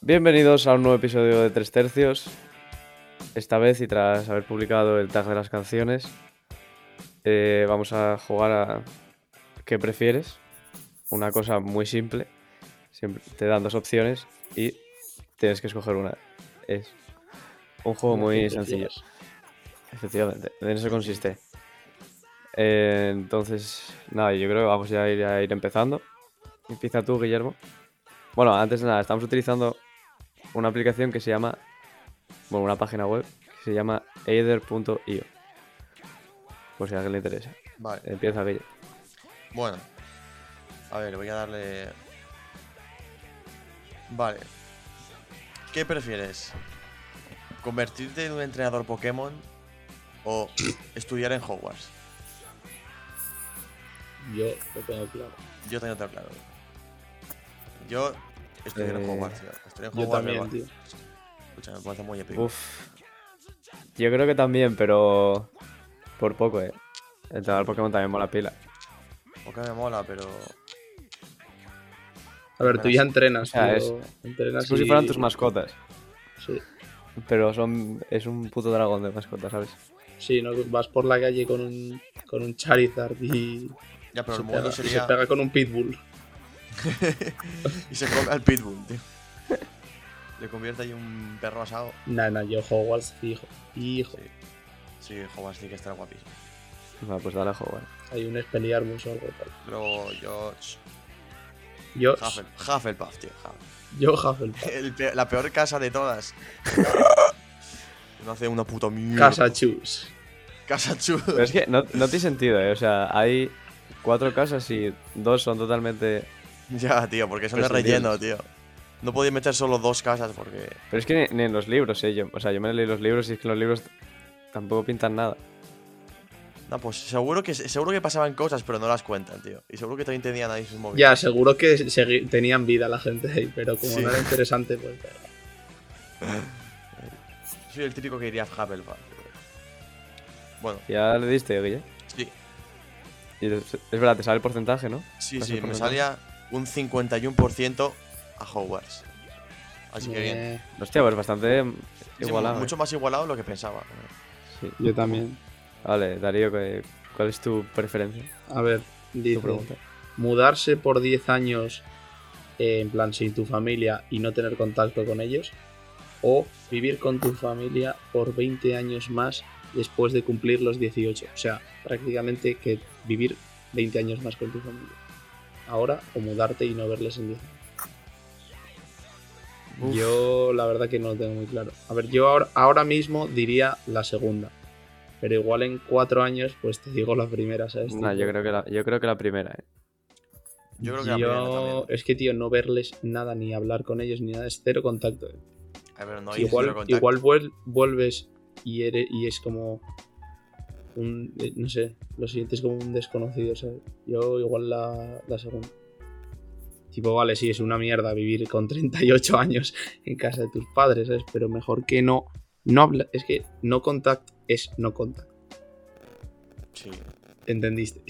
Bienvenidos a un nuevo episodio de Tres Tercios. Esta vez y tras haber publicado el tag de las canciones, eh, vamos a jugar a ¿Qué prefieres? Una cosa muy simple. Siempre te dan dos opciones y tienes que escoger una. Es un juego muy sencillo. Efectivamente, en eso consiste. Eh, entonces, nada, yo creo que vamos ya a ir, a ir empezando. Empieza tú, Guillermo. Bueno, antes de nada, estamos utilizando una aplicación que se llama, bueno, una página web que se llama Eider.io. Por si a alguien le interesa. Vale, Empieza Guille. bueno. A ver, voy a darle. Vale. ¿Qué prefieres? ¿Convertirte en un entrenador Pokémon o estudiar en Hogwarts? Yo lo tengo claro. Yo tengo todo claro. Yo estudiar Eh, en Hogwarts, tío. Estudiar en Yo Hogwarts me también, va- tío. Escucha, me parece muy épico. Uf. Yo creo que también, pero por poco, eh. El entrenador Pokémon también mola pila. Porque me mola, pero. A ver, tú ya entrenas, O sea, pero entrenas Es como y- si fueran tus mascotas. Sí. Pero son es un puto dragón de mascotas, ¿sabes? Sí, no vas por la calle con un con un Charizard y, Ya, se, pero el mundo pega, y sería. se pega con un pitbull. Y se come al Pitbull, tío. Le convierte ahí un perro asado. Nah, nah, yo Hogwarts fijo. Hijo. Sí. Sí, Hogwarts tiene que estar guapísimo. Bueno, pues dale a jugar. Hay un Expelliarmus o algo tal. Luego yo. Yo Huffle- Hufflepuff, tío. Huff- yo Hufflepuff. El pe- la peor casa de todas. No hace una puta mierda. Casa Chus. Casa chu- Pero es que no, no tiene sentido, ¿eh? O sea, hay cuatro casas y dos son totalmente... Ya, tío, porque son de relleno, tío. No podía meter solo dos casas porque. Pero es que ni, ni en los libros, ¿eh? Yo- o sea, yo me leí los libros y es que los libros tampoco pintan nada. No, pues seguro que seguro que pasaban cosas, pero no las cuentan, tío. Y seguro que también tenían ahí sus móviles. Ya, seguro que segui- tenían vida la gente ahí, pero como Sí. no era interesante, pues. pero- Soy el típico que iría a Hufflepuff. tío. Bueno, Ya le diste, Guille. sí, Y es es verdad, te sale el porcentaje, ¿no? sí, Vas sí, a por me los salía un 51% a Hogwarts. Así que bien. Eh, Hostia, pues bastante Sí, igualado. ¿eh? mucho más igualado de lo que pensaba. Sí. Yo también. Vale, Darío, ¿cu- ¿cuál es tu preferencia? A ver, Tu dice, pregunta. mudarse por 10 años eh, en plan sin tu familia y no tener contacto con ellos o vivir con tu familia por 20 años más después de cumplir los 18. O sea, prácticamente que vivir 20 años más con tu familia. Ahora o mudarte y no verles en 10. Uf. Yo la verdad que no lo tengo muy claro. A ver, yo ahora, ahora mismo diría la segunda. Pero igual en cuatro años, pues te digo la primera, ¿sabes? No, yo Tipo, creo que la, yo creo que la primera, ¿eh? Yo creo que la yo- primera también. Es que, tío, no verles nada, ni hablar con ellos, ni nada, es cero contacto. eh. A ver, no Que hay igual cero contacto. igual vuel- vuelves y, eres, y es como. Un, eh, no sé, lo sientes como un desconocido, ¿sabes? Yo igual la, la segunda. Tipo, vale, sí, es una mierda vivir con 38 años en casa de tus padres, ¿sabes? Pero mejor que no. no habla, es que no contacto es no contacto. Sí. ¿Entendiste?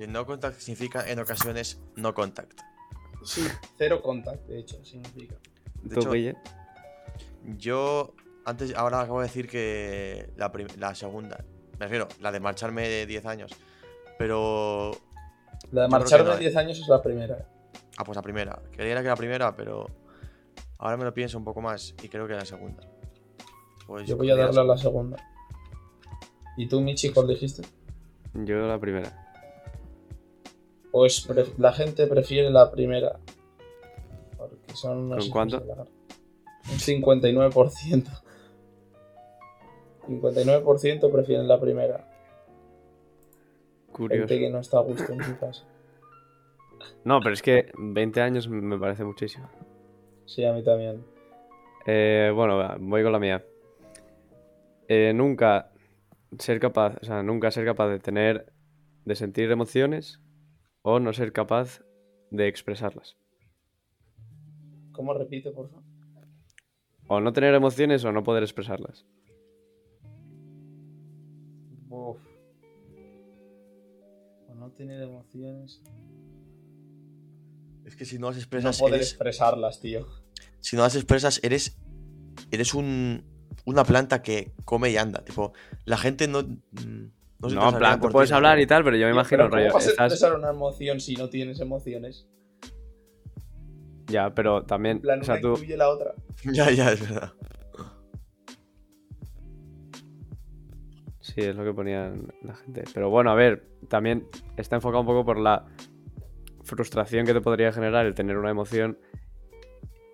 Y no contact significa en ocasiones no contact. Sí, cero contacto, de hecho, significa. De ¿Tú, hecho, Guille? yo antes, ahora acabo de decir que la, prim- la segunda, me refiero, la de marcharme de 10 años, pero... La de Yo creo que marcharme no, eh. 10 años es la primera. Ah, pues la primera. Creía que la primera, pero ahora me lo pienso un poco más y creo que la segunda. Pues Yo voy a creo que darle a la segunda. ¿Y tú, Michi, cuál dijiste? Yo la primera. ¿O es pre- la gente prefiere la primera? Porque son unos ¿Con hijos cuánto? de la gran- Un 59%. 59% prefieren la primera. Curioso. Gente que no está a gusto en su casa. No, pero es que 20 años me parece muchísimo. Sí, a mí también. Eh, bueno, va, voy con la mía. Eh, nunca ser capaz, o sea, nunca ser capaz de tener, de sentir emociones o no ser capaz de expresarlas. ¿Cómo repite, por favor? O no tener emociones o no poder expresarlas. Uf. O no tener emociones. Es que si no las No expresas, poder eres, expresarlas, tío. si no las expresas, eres, eres un, una planta que come y anda. Tipo, la gente no. mm, No, se No, en interesa plan, por tú ti, puedes ¿no? hablar y tal, pero yo me imagino, Pero ¿cómo rollo, vas a estás- expresar una emoción si no tienes emociones? Ya, pero En también, plan, o una sea, tú... incluye la otra. Ya, ya, es verdad. Sí, es lo que ponían la gente. Pero bueno, a ver, también está enfocado un poco por la frustración que te podría generar el tener una emoción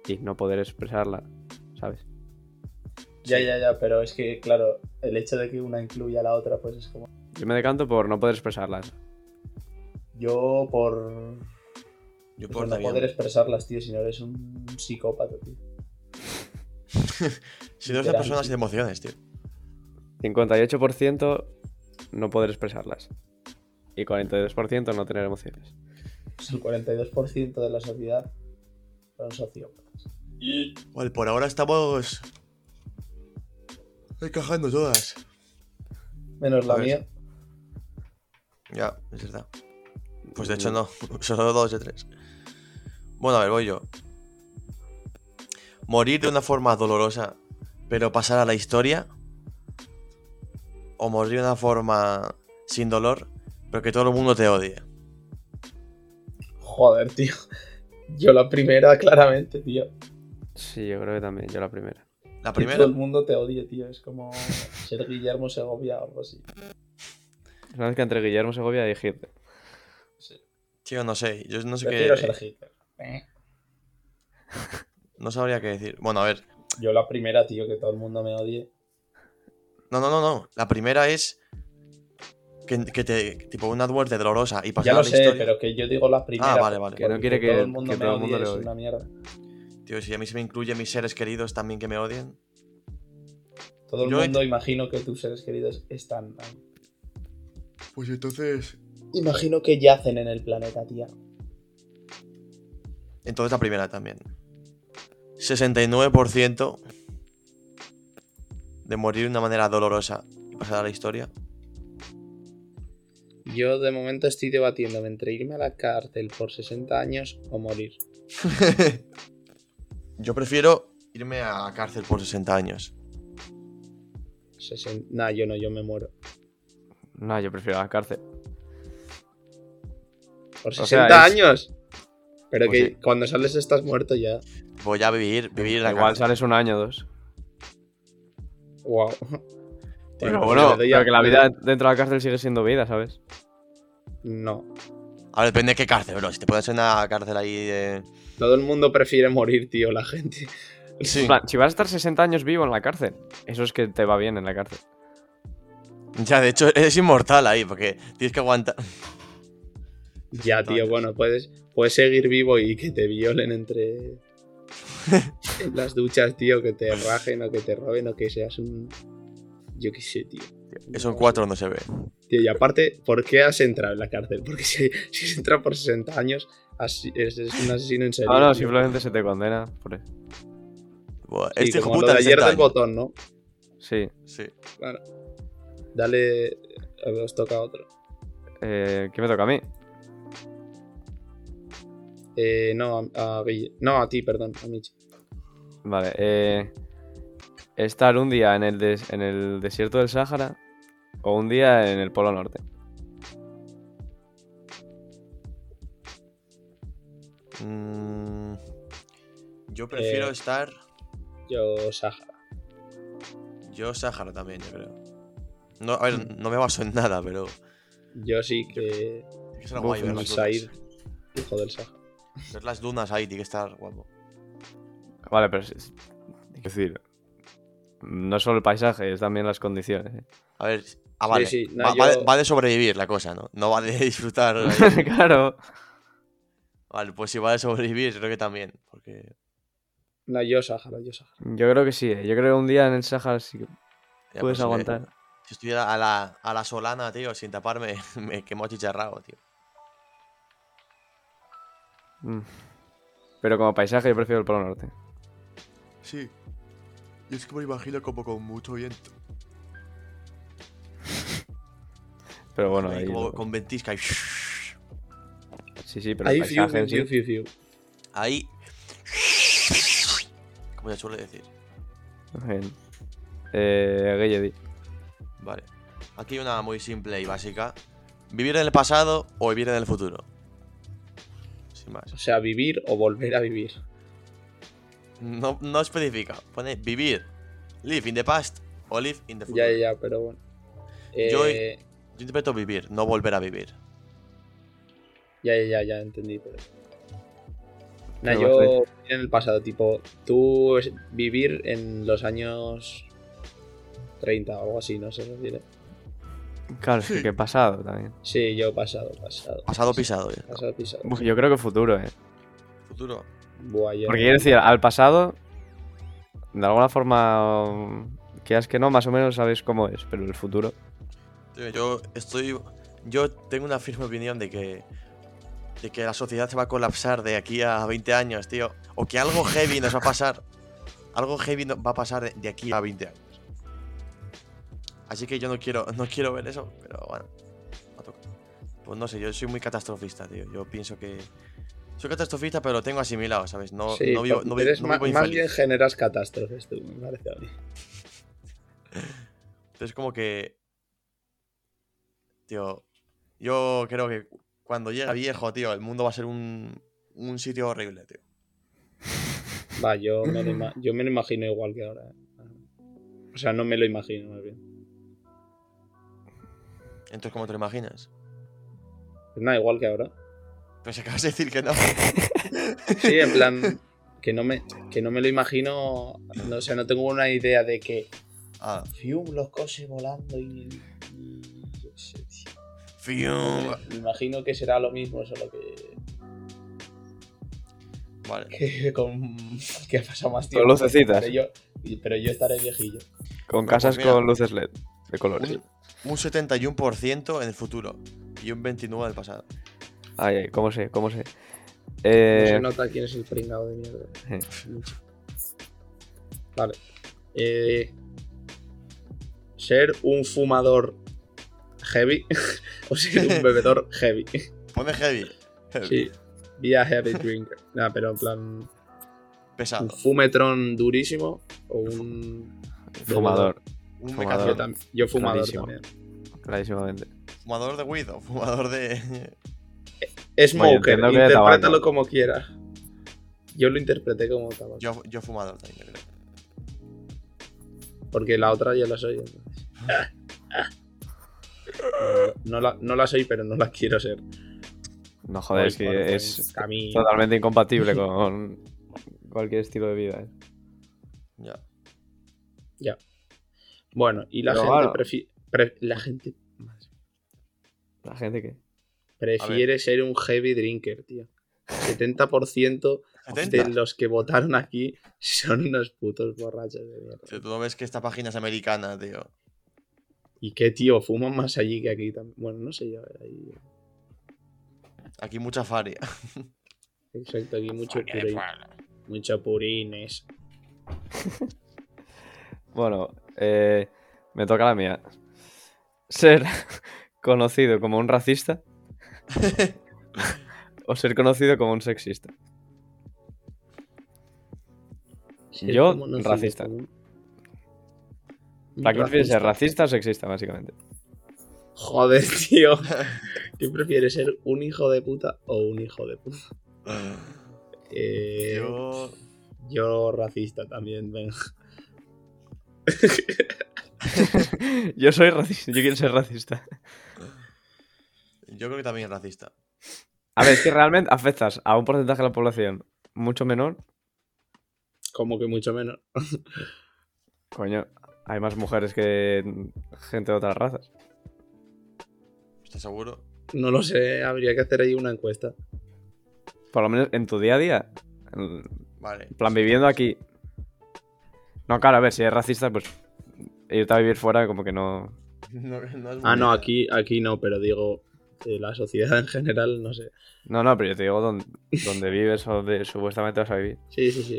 y no poder expresarla, ¿sabes? Ya, Sí. ya, ya, pero es que, claro, el hecho de que una incluya a la otra, pues es como. Yo me decanto por no poder expresarlas. Yo por. Yo pues, por no Damián. poder expresarlas, tío, si no eres un psicópata, tío. Si no eres Literal, de personas y sí. de emociones, tío. 58% no poder expresarlas. Y 42% no tener emociones. Es el 42% de la sociedad son sociópatas. Vale, por ahora estamos. encajando todas. Menos la Joder. mía. Ya, es verdad. Pues de hecho no, solo dos de tres. Bueno, a ver, voy yo. Morir de una forma dolorosa, pero pasar a la historia. O morir de una forma sin dolor, pero que todo el mundo te odie. Joder, tío. Yo la primera, claramente, tío. Sí, yo creo que también, yo la primera. La Que Todo primera. el mundo te odie, tío. Es como ser Guillermo Segovia o algo así. Una vez que entre Guillermo Segovia y Hitler. Tío, no sé. Yo no sé Prefiero ser qué. Hitler. Eh. No sabría qué decir. Bueno, a ver. Yo la primera, tío, que todo el mundo me odie. No, no, no, no. La primera es. Que, que te. Tipo, una muerte dolorosa y pasar Ya lo a la sé, historia. pero que yo digo la primera. Ah, vale, vale. Que no porque quiere que- todo el mundo que me todo el odie, mundo le es odie. una mierda. Tío, si a mí se me incluye mis seres queridos también que me odien. Todo el Yo he- mundo imagino que tus seres queridos están ahí. Pues entonces. Imagino que yacen en el planeta, tía. Entonces la primera también. 69% de morir de una manera dolorosa y pasar a la historia. Yo de momento estoy debatiéndome entre irme a la cárcel por 60 años o morir. Yo prefiero irme a la cárcel por 60 años. Sesen- Nah, yo no, yo me muero. No, yo prefiero la cárcel. Por sea, 60 es- años. Pero Pues que sí. cuando sales estás muerto ya. Voy a vivir, vivir en la Igual cárcel. sales un año o dos. Wow. Pero pues bueno, le doy a- pero que la le vida dentro de la cárcel sigue siendo vida, ¿sabes? No. Ahora depende de qué cárcel, bro. Si te pones en una cárcel ahí de. Todo el mundo prefiere morir, tío, la gente. En Sí. plan, si vas a estar 60 años vivo en la cárcel, eso es que te va bien en la cárcel. Ya, de hecho, eres inmortal ahí, porque tienes que aguantar. Pues Ya, tío, bueno, puedes, puedes seguir vivo y que te violen entre en las duchas, tío, que te rajen o que te roben o que seas un... Yo qué sé, tío. Es un 4 no se ve. Tío, y aparte, ¿por qué has entrado en la cárcel? Porque si, si has entrado por 60 años, has- eres un asesino en Ah, serio. No, no, tío. simplemente se te condena. Por eso. Buah, Sí, este hijo como lo puta de de ayer 60 del años. botón, ¿no? Sí. Sí. Dale, os toca otro. Eh, ¿Qué me toca a mí? Eh, no, a, a Guille. No, a ti, perdón, a Michi. Vale. eh, estar un día en el, des- en el desierto del Sáhara o un día en el Polo Norte. Mm, yo prefiero Eh. estar. Yo, Sahara. Yo Sáhara también, yo creo. No, a ver, no me baso en nada, pero. Yo sí que... Tiene que estar Buf, guay ver el las Said. dunas. Hijo del Sahara. Ver las dunas ahí, tiene que estar guapo. Vale, pero es, es- es decir, no solo el paisaje, es también las condiciones. ¿eh? A ver. Ah, vale. sí, no, va, va de, yo- va de sobrevivir la cosa, ¿no? No va de disfrutar. ahí. claro. vale, pues si va de sobrevivir, creo que también. Porque. No, yo Sahara, yo Sahara. Yo creo que sí. eh, Yo creo que un día en el Sáhara sí que ya, puedes pues, eh, aguantar. Si estuviera a la, a la solana, tío, sin taparme, me quemo chicharrado, tío. Mm. Pero como paisaje yo prefiero el Polo Norte. Sí. Y es que me imagino como con mucho viento. Pero bueno, ahí como lo- con ventisca y. Sí, sí, pero el Ahí fiu, paisaje fiu, en sí- fiu, fiu, fiu. Ahí. como se suele decir. Bien. Eh, Gelledi. Vale. Aquí hay una muy simple y básica. ¿Vivir en el pasado o vivir en el futuro? Sin más. O Pues sea, vivir o volver a vivir. No, no especifica. Pone vivir. Live in the past o live in the future. Ya, ya, pero bueno. Yo- Eh, Yo interpreto vivir, no volver a vivir. Ya, ya, ya, ya entendí. Pero... Nah, Pero yo bastante. en el pasado, tipo, tú es- vivir en los años 30 o algo así, no sé decir. ¿eh? Claro, es que Sí. qué pasado también. Sí, yo pasado, pasado. Pasado pisado. eh. Pasado pisado. Uf, yo creo que futuro, eh. Futuro. Buah, yo- Porque quiero decir, al pasado, de alguna forma, um, quieras que no, más o menos sabes cómo es, pero el futuro. Tío, Yo estoy. Yo tengo una firme opinión de que. De que la sociedad se va a colapsar de aquí a 20 años, tío. O que algo heavy nos va a pasar. Algo heavy no- va a pasar de- de aquí a 20 años. Así que yo no quiero, no quiero ver eso, pero bueno. me toca. Pues no sé, yo soy muy catastrofista, tío. Yo pienso que. Soy catastrofista, pero lo tengo asimilado, ¿sabes? No, Sí, no vivo, pero no vi- eres no ma- vivo más infeliz. bien generas catástrofes, tú, me parece a mí. Entonces, como que. Tío, yo creo que cuando llega viejo, tío, el mundo va a ser un, un sitio horrible, tío. Va, yo me, lo ima- yo me lo imagino igual que ahora. ¿eh? O sea, no me lo imagino, más bien. Entonces, ¿cómo te lo imaginas? Pues nada, igual que ahora. Pues acabas de decir que no. Sí, en plan, que no me, que no me lo imagino. No, o sea, no tengo una idea de que Ah. Fium, los coches volando y. y- yo qué sé, tío. Fium. Me imagino que será lo mismo, solo que. Vale. que con. que ha pasado más tiempo. Con lucecitas. Pero yo, pero yo estaré viejillo. Con Pues casas mira. con luces LED de colores. Un, un 71% en el futuro y un 29% en el pasado. Ay, ay, cómo sé, cómo sé. No Eh, se nota quién es el pringado de mierda. eh, Vale. Eh, ser un fumador heavy o ser un bebedor heavy. Pone heavy. Heavy. Sí. Be a heavy drinker. Nada, pero en plan. Pesado. Un fumetrón durísimo o un. fumador, Un fumador. Yo, mecatón. tam- yo fumador Clarísimo. también. clarísimamente. Fumador de weed o fumador de. Smoker, entiendo que de interprétalo tabaco. como quieras. Yo lo interpreté como tabaco. Yo, yo fumador también, yo creo. Porque la otra ya la soy. entonces. No, la, no la soy, pero no la quiero ser. No joder, es Voy por que buen es camino. totalmente incompatible con cualquier estilo de vida. eh. Ya. Bueno, y la Pero gente, claro. prefi- pre- la gente La gente que. prefiere ser un heavy drinker, tío. 70% de 70. los que votaron aquí son unos putos borrachos de mierda. Tío, Tú no ves que esta página es americana, tío. Y qué tío, fuman más allí que aquí también. Bueno, no sé yo. ahí- Aquí mucha faria. Exacto, aquí mucho purín. Mucho purines. Bueno, eh, me toca la mía. Ser conocido como un racista o ser conocido como un sexista. Ser Yo, como nacido, racista. como un- un ¿Para qué prefieres ser racista. racista o sexista, básicamente? Joder, tío. ¿Qué prefieres ser un hijo de puta o un hijo de puta? Eh, yo... Yo. racista también, venga. yo soy racista, yo quiero ser racista. Yo creo que también es racista. A ver, es que realmente afectas a un porcentaje de la población mucho menor. Como que mucho menos. Coño, hay más mujeres que gente de otras razas. ¿Estás seguro? No lo sé, habría que hacer ahí una encuesta. Por lo menos en tu día a día. En Vale. plan, viviendo aquí. No, claro, a ver, si eres racista, pues irte a vivir fuera como que no... No, no es Ah, muy no, buena. aquí, aquí no, pero digo, eh, la sociedad en general, no sé. No, no, pero yo te digo donde, donde vives o donde supuestamente vas a vivir. Sí, sí, sí.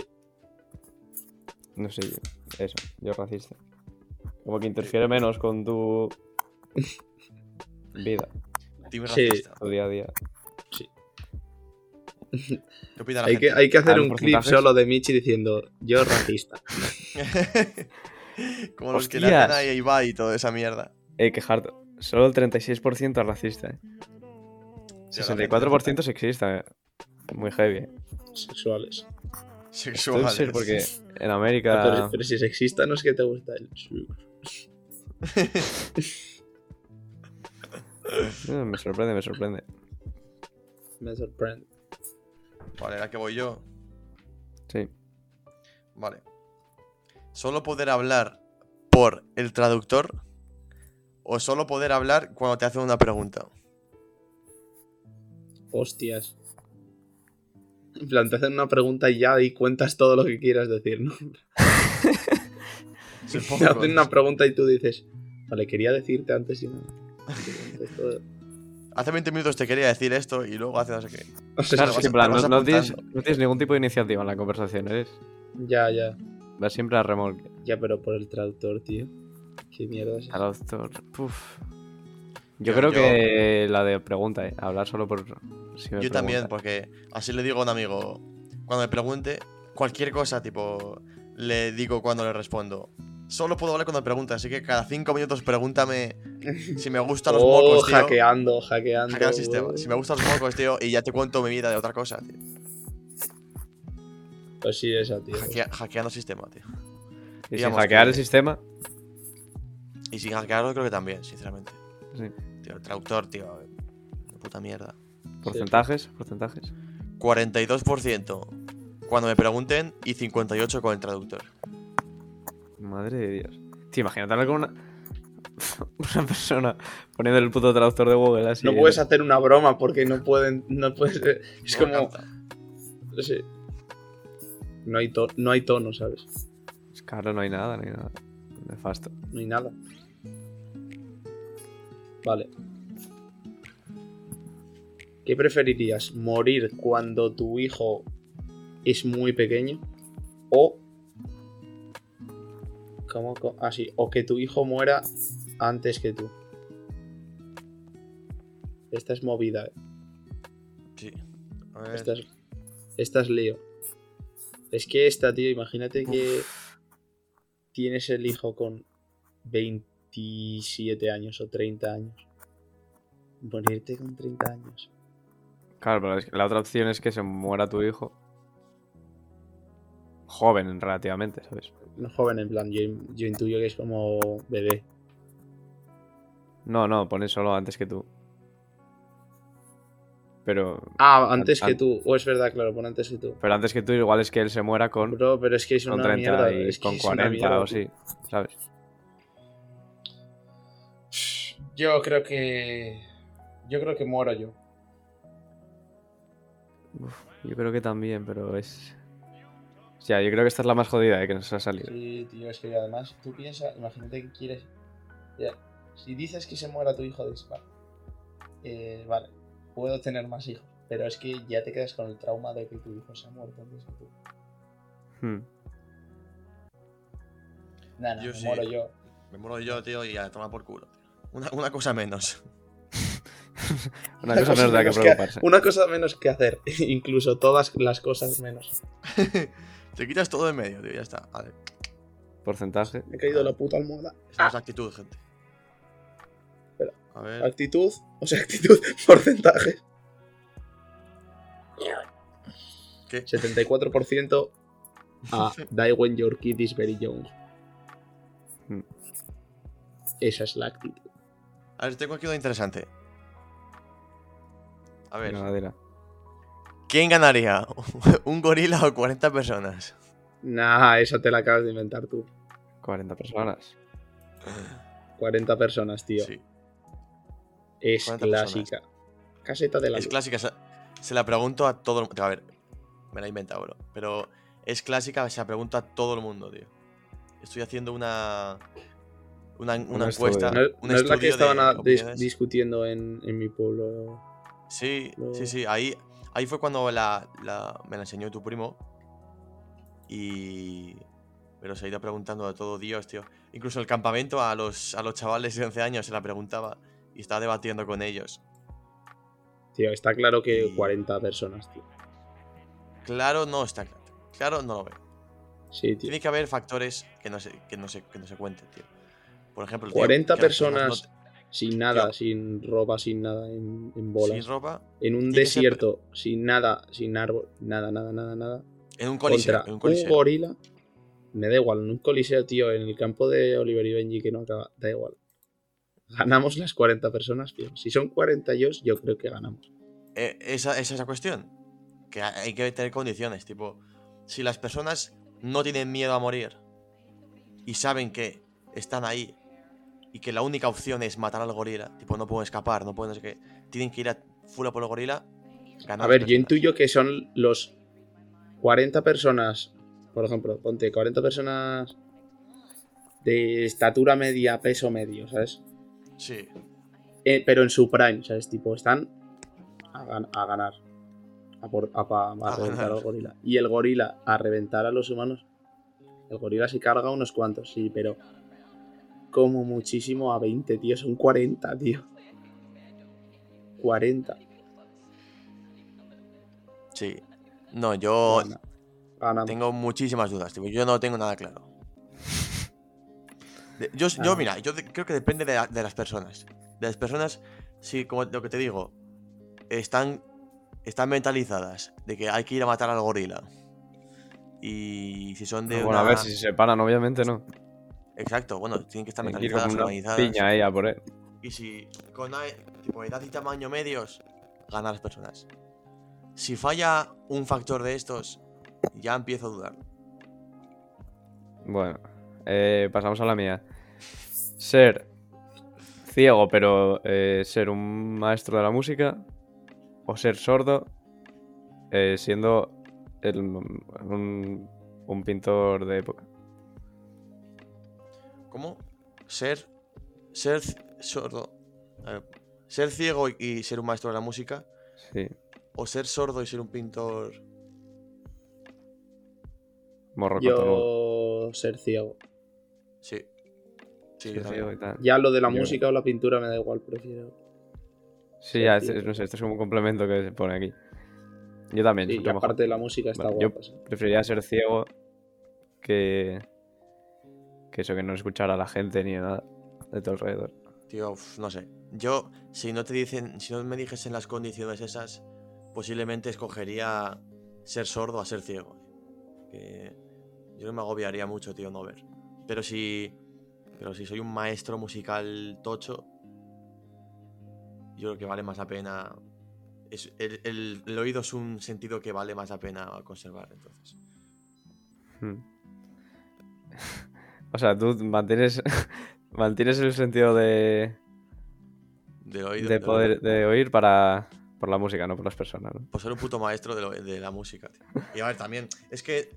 No sé, yo- eso, yo racista. Como que interfiere menos con tu vida, Team Sí. racista. tu día a día. ¿Qué opina la Hay que, gente? hay que hacer ¿Hay un clip porcentajes? solo de Michi diciendo yo racista. Como los que le hacen Hostias. ahí a Ibai y toda esa mierda. Eh, quejarte. Solo el 36% es racista. eh. Sí, la gente 64% sexista. eh. Muy heavy. eh. Sexuales. Puede Sexuales. ser porque en Pero, América. pero si sexista no es que te gusta el. Eh, Me sorprende, me sorprende. Me sorprende. Vale, ahora que voy yo. Sí. Vale. ¿Solo poder hablar por el traductor? ¿O solo poder hablar cuando te hacen una pregunta? Hostias. En plan, te hacen una pregunta y ya y cuentas todo lo que quieras decir, ¿no? Te Supongo. hacen una pregunta y tú dices, vale, quería decirte antes y nada. Y te contestas. Hace 20 minutos te quería decir esto y luego hace no sé qué. O sea, Claro, vas- es que en plan, te no, vas no tienes, apuntando. no tienes ningún tipo de iniciativa en la conversación, eres. Ya, ya. Vas siempre a remolque. Ya, pero por el traductor, tío. Qué mierda es. Al autor. Puf. Yo, Yo- creo yo- que la de pregunta, eh. Hablar solo por. si me Yo también, preguntan. porque así le digo a un amigo, cuando me pregunte cualquier cosa, tipo, le digo cuando le respondo. Solo puedo hablar cuando me pregunta, así que cada cinco minutos pregúntame si me gustan los Oh, mocos, tío. hackeando, hackeando. Hackea el sistema. Si me gustan los mocos, tío, y ya te cuento mi vida de otra cosa, tío. Pues sí, esa, tío. Hackea- hackeando el sistema, tío. Y sin digamos hackear que- el sistema. Y sin hackearlo creo que también, sinceramente. Sí. Tío, el traductor, tío. de Puta mierda. Porcentajes, porcentajes. 42% cuando me pregunten y 58% con el traductor. Madre de Dios. Tío, imagínate hablar con una. una persona poniendo el puto traductor de Google así. No puedes hacer una broma porque no pueden. No puedes. Es No me como. encanta. no sé. No hay, to- no hay tono, ¿sabes? Claro, no hay nada, no hay nada. Nefasto. No hay nada. Vale. ¿Qué preferirías? ¿Morir cuando tu hijo es muy pequeño? ¿O. ¿Cómo? Así. o que tu hijo muera antes que tú. Esta es movida, eh. Sí. A ver. Esta es, esta es lío. Es que esta, tío, imagínate que tienes el hijo con 27 años o 30 años. Morirte con 30 años. Claro, pero es que la otra opción es que se muera tu hijo. Joven, relativamente, ¿sabes? No joven, en plan, yo, yo intuyo que es como bebé. No, no, pones solo antes que tú. Pero. Ah, antes An- que an- tú. O es verdad, claro, pon antes que tú. Pero antes que tú, igual es que él se muera con, Bro, pero es que es con una 30 mierda. y es que con es una 40 mierda, o tío. así, ¿sabes? Yo creo que. Yo creo que muero yo. Yo creo que también, pero es. O sea, yo creo que esta es la más jodida eh, que nos ha salido. Sí, tío, es que además tú piensas, imagínate que quieres. ya, si dices que se muera tu hijo, dices, vale, eh, vale, puedo tener más hijos, pero es que ya te quedas con el trauma de que tu hijo se ha muerto. Antes que tú. Hmm. Nah, nah, Yo me sí. muero yo. Me muero yo, tío, y a tomar por culo. Una, una cosa menos. Una cosa menos de la que menos preocuparse. Una cosa menos que hacer, incluso todas las cosas menos. Te quitas todo en medio, tío, ya está. Vale, Porcentaje. Me he caído la puta almohada. esta es la actitud, gente. Ah. Espera. Ah. A ver, Actitud, o sea, actitud, porcentaje. ¿qué? 74% a Die When Your Kid is Very Young. Hmm. Esa es la actitud. A ver, tengo aquí uno interesante. A ver, Venga, Adela. ¿quién ganaría? ¿Un gorila o 40 personas? Nah, esa te la acabas de inventar tú. 40 personas. 40 personas, tío. Sí. es 40 clásica. Caseta de la Es luz. clásica. Se, se la pregunto a todo el mundo. A ver, me la he inventado, bro. Pero es clásica, se la pregunto a todo el mundo, tío. Estoy haciendo una. Una, una estudio. encuesta. clásica. No, es- un no es la estudio que estaban de a- dis- opiniones. discutiendo en, en mi pueblo. Sí, Luego- sí, sí. Ahí, ahí fue cuando la, la- me la enseñó tu primo. Y. Pero se ha ido preguntando a todo Dios, tío. Incluso en el campamento a los, a los chavales de 11 años se la preguntaba y estaba debatiendo con ellos. Tío, está claro que Y- 40 personas, tío. Claro, no está claro. Claro, no lo veo. Sí, tío. Tiene que haber factores que no se, que no se, que no se cuenten, tío. Por ejemplo, tío, 40 que las personas personas sin nada, sin ropa, sin nada, en, en no- bolas. sin ropa en un tiene que ser- desierto, sin nada, sin árbol, nada, nada, nada, nada. en un coliseo. contra en un un, coliseo. gorila. Me da igual, en un coliseo, tío, en el campo de Oliver y Benji que no acaba, da igual. Ganamos las 40 personas, tío. Si son 42, yo creo que ganamos. Eh, esa, esa es la cuestión. Que ha- hay que tener condiciones. Tipo, si las personas no tienen miedo a morir y saben que están ahí y que la única opción es matar al gorila, tipo, no pueden escapar, no pueden no sé qué, tienen que ir a full a por el gorila. ganar A ver, las yo personas. intuyo que son los 40 personas, por ejemplo, ponte 40 personas de estatura media, peso medio, ¿sabes? Sí, Eh, pero en su prime, ¿sabes? Tipo, están a, gan- a ganar. A, por- a pa- a reventar ganar. al gorila. Y el gorila a reventar a los humanos. El gorila se carga a unos cuantos, sí, pero como muchísimo a 20, tío. Son 40, tío. 40. sí. No, yo Gana- ganamos. Oh, tengo muchísimas dudas, tipo, yo no tengo nada claro. De- Yo, yo, Ah. mira, yo de- creo que depende de, la- de las personas. De las personas, si como lo que te digo, están, están mentalizadas de que hay que ir a matar al gorila. Y si son de Ah, Bueno, a una- ver si se separan, obviamente no. Exacto, bueno, tienen que estar Tienen que ir como mentalizadas, una organizadas. piña eh. ella por él. Y si con a- tipo, edad y tamaño medios, ganan las personas. Si falla un factor de estos, ya empiezo a dudar. Bueno, eh, pasamos a la mía. Ser ciego, pero eh, ser un maestro de la música. O ser sordo, eh, siendo el- un, un pintor de época. ¿Cómo? Ser. Ser c- sordo. A ver, ser ciego y, y ser un maestro de la música. Sí, O ser sordo y ser un pintor. morro cotonudo. Yo ser ciego. Sí. Sí, Sí, yo también. ciego y tal. Ya lo de la Yo- música o la pintura me da igual, prefiero. Sí, ya, es- ciego. es- no sé, esto es como un complemento que se pone aquí. Yo también. Sí, a y lo mejor. aparte de la música está Bueno, yo- guapa. sí. Preferiría ser ciego que. que eso, que no escuchar a la gente ni nada de tu alrededor. Tío, uf, no sé. Yo, si no te dicen. Si no me dijesen las condiciones esas, posiblemente escogería ser sordo a ser ciego. Que yo no me agobiaría mucho, tío, no ver. Pero si. Pero si soy un maestro musical tocho. Yo creo que vale más la pena. es- el, el- el oído es un sentido que vale más la pena conservar, entonces. Hmm. O sea, tú mantienes. mantienes el sentido de. Del oído. de del poder. oído. de oír para. por la música, no por las personas, ¿no? Por ser un puto maestro de, lo- de la música. tío. Y a ver, también, es que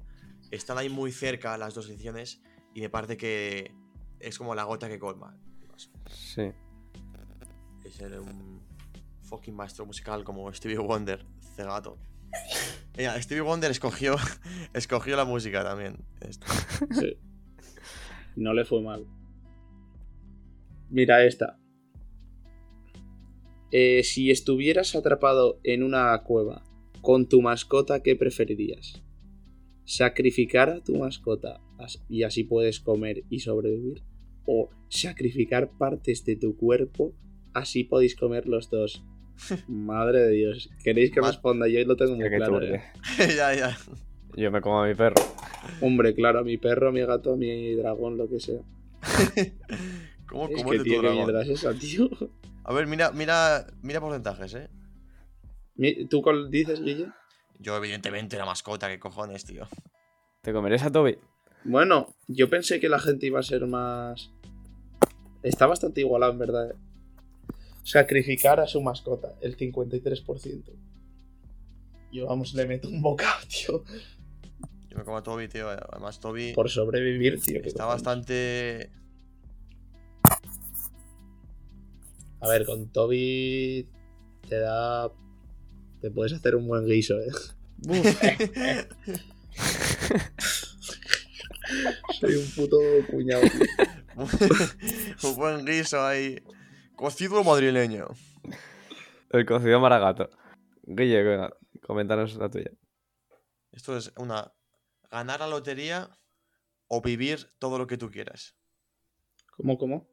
están ahí muy cerca las dos ediciones y me parece que es como la gota que colma. Sí. Es ser un fucking maestro musical como Stevie Wonder, cegato. Mira, Stevie Wonder escogió, escogió la música también. Esto. Sí. No le fue mal. Mira esta. Eh, si estuvieras atrapado en una cueva con tu mascota, ¿qué preferirías? ¿Sacrificar a tu mascota as- y así puedes comer y sobrevivir? ¿O sacrificar partes de tu cuerpo así podéis comer los dos? Madre de Dios, ¿queréis que Ma- responda? Yo lo tengo muy Hostia, qué claro. turbio. eh. ya, ya. Yo me como a mi perro. Hombre, claro, a mi perro, a mi gato, a mi dragón, lo que sea. ¿Cómo, Es Oh, cómo que, es de tío, tu ¿qué dragón? mierda es esa, tío? A ver, mira, mira, mira porcentajes, eh. Mi- ¿Tú cuál dices, Guille? Yo, evidentemente, la mascota, que cojones, tío. ¿Te comerías a Toby? Bueno, yo pensé que la gente iba a ser más... Está bastante igualado, en verdad. eh. Sacrificar a su mascota, el 53%. Yo, vamos, le meto un bocado, tío. Yo me como a Toby, tío. Además, Toby. Por sobrevivir, tío. qué Está cojones. bastante. A ver, con Toby te da... Te puedes hacer un buen guiso, eh. Soy un puto cuñado. tío. Un buen guiso ahí. Cocido madrileño. El cocido maragato. Guille, venga, coméntanos la tuya. Esto es una. Ganar la lotería o vivir todo lo que tú quieras. ¿Cómo, cómo?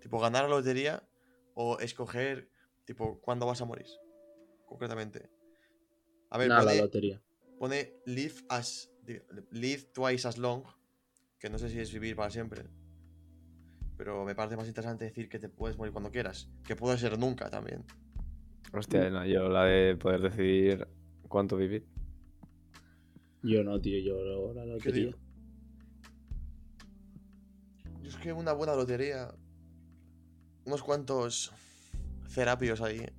Tipo, ganar la lotería o escoger, tipo, cuándo vas a morir. Concretamente. A ver, Nada, la pone, lotería. pone live, as, di- live twice as long. Que no sé si es vivir para siempre. Pero me parece más interesante decir que te puedes morir cuando quieras. Que puede ser nunca también. Hostia, no, yo la de poder decidir cuánto vivir. Yo no, tío, yo lo- la ¿Qué lotería. digo? Yo es que una buena lotería. Unos cuantos terapios ahí.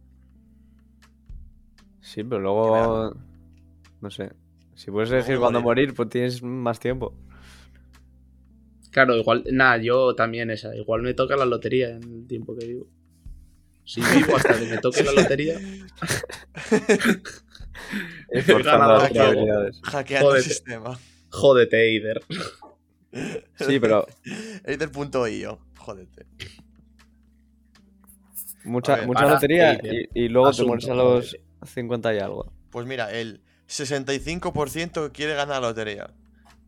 Sí, pero luego. No sé. Si puedes elegir Luego cuándo morir. morir, pues tienes más tiempo. Claro, igual, nada, yo también esa. Igual me toca la lotería en el tiempo que vivo. Si vivo hasta que me toque la lotería, Es forzando ganador las de algo. probabilidades. Hackeando el Jódete. sistema. jódete, Eider. Sí, pero Es del punto I, yo. Jódete. A mucha, ver, mucha para, lotería Eider. y, y luego Asunto, te mueres a los 50 y algo. Pues mira, el 65% quiere ganar la lotería.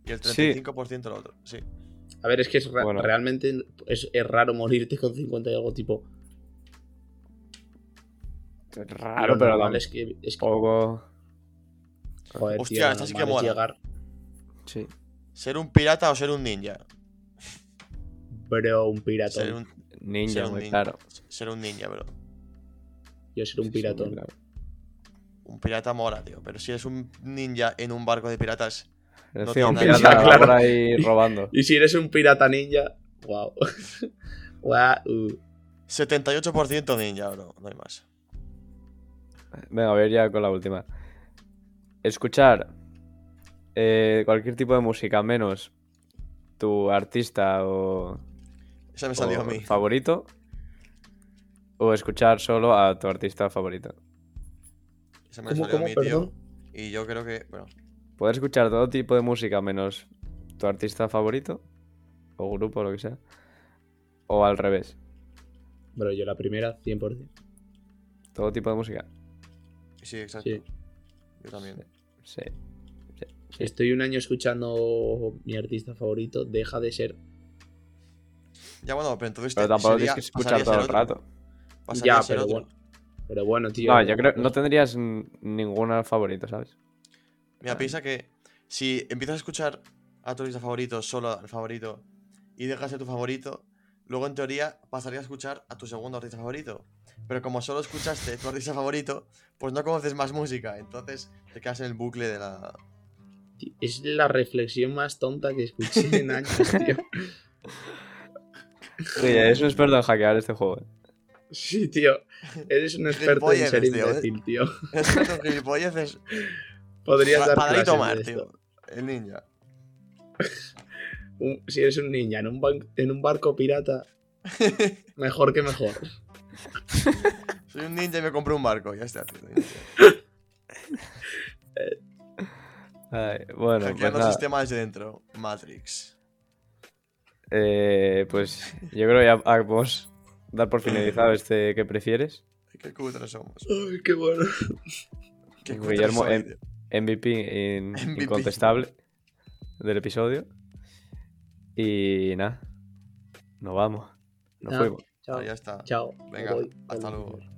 Y el Sí. 35% el otro. Sí. A ver, es que es ra- Bueno. realmente es, es raro morirte con 50 y algo tipo. Es raro, pero normal es que, es que tampoco. joder, Hostia, tío, lo esta sí que normal es mola. llegar. Sí. Ser un pirata o ser un ninja. Bro, un piratón. Ser un, ser Ninja, un muy ninja. claro. ser un ninja, bro. Yo seré un Sí, sí, muy piratón. claro. Un pirata mola, tío. Pero si eres un ninja en un barco de piratas. No Encima, un tiene nada. pirata Ya, claro. por ahí robando. y si eres un pirata ninja, uh. wow. wow. 78% ninja, bro. No hay más. Venga, voy a ir ya con la última. Escuchar eh, cualquier tipo de música menos tu artista o, Esa me salió o a mí. favorito. O escuchar solo a tu artista favorito. Esa me ¿Cómo, salió a cómo, mí, tío. perdón? Y yo creo que, bueno, Poder escuchar todo tipo de música menos tu artista favorito. O grupo, lo que sea. O al revés. Bro, yo la primera 100%. Todo tipo de música. sí, exacto. Sí. Yo también. Sí. Estoy un año escuchando mi artista favorito, deja de ser. Ya bueno, pero entonces Pero te- tampoco sería- tienes que escuchar pasaría a todo ser el otro. rato. Pasaría Ya, a ser pero otro. bueno. Pero bueno, tío. No, yo creo no tendrías n- ninguna favorito, ¿sabes? Mira, piensa que si empiezas a escuchar a tu artista favorito, solo al favorito, y dejas de tu favorito, luego en teoría pasaría a escuchar a tu segundo artista favorito. Pero como solo escuchaste tu artista favorito, pues no conoces más música. Entonces te quedas en el bucle de la. Tío, Es la reflexión más tonta que escuché en años, tío. Sí, es un experto en hackear este juego. eh. Sí, tío. Eres un experto en Gilipollas, ser tío, ¿eh? imbécil, tío. Es que tu gilipollas es. Podrías dar Padre y clases tomar, de esto. tío. El ninja. Un- si eres un ninja en un, ban- en un barco pirata, mejor que mejor. Soy un ninja y me compré un barco. Ya está, tío. ninja. Ay, bueno, pues, Hackeando nada. sistema desde dentro. Matrix. Eh, pues yo creo que ya podemos dar por finalizado este que prefieres. Qué cutres somos. Ay, qué bueno. Qué Guillermo, cutres soy, em- tío. MVP, in- MVP. incontestable del episodio. Y nada, nos vamos. Nos Nada, fuimos. Chao. Ah, ya está. Chao. me Venga, voy. hasta luego.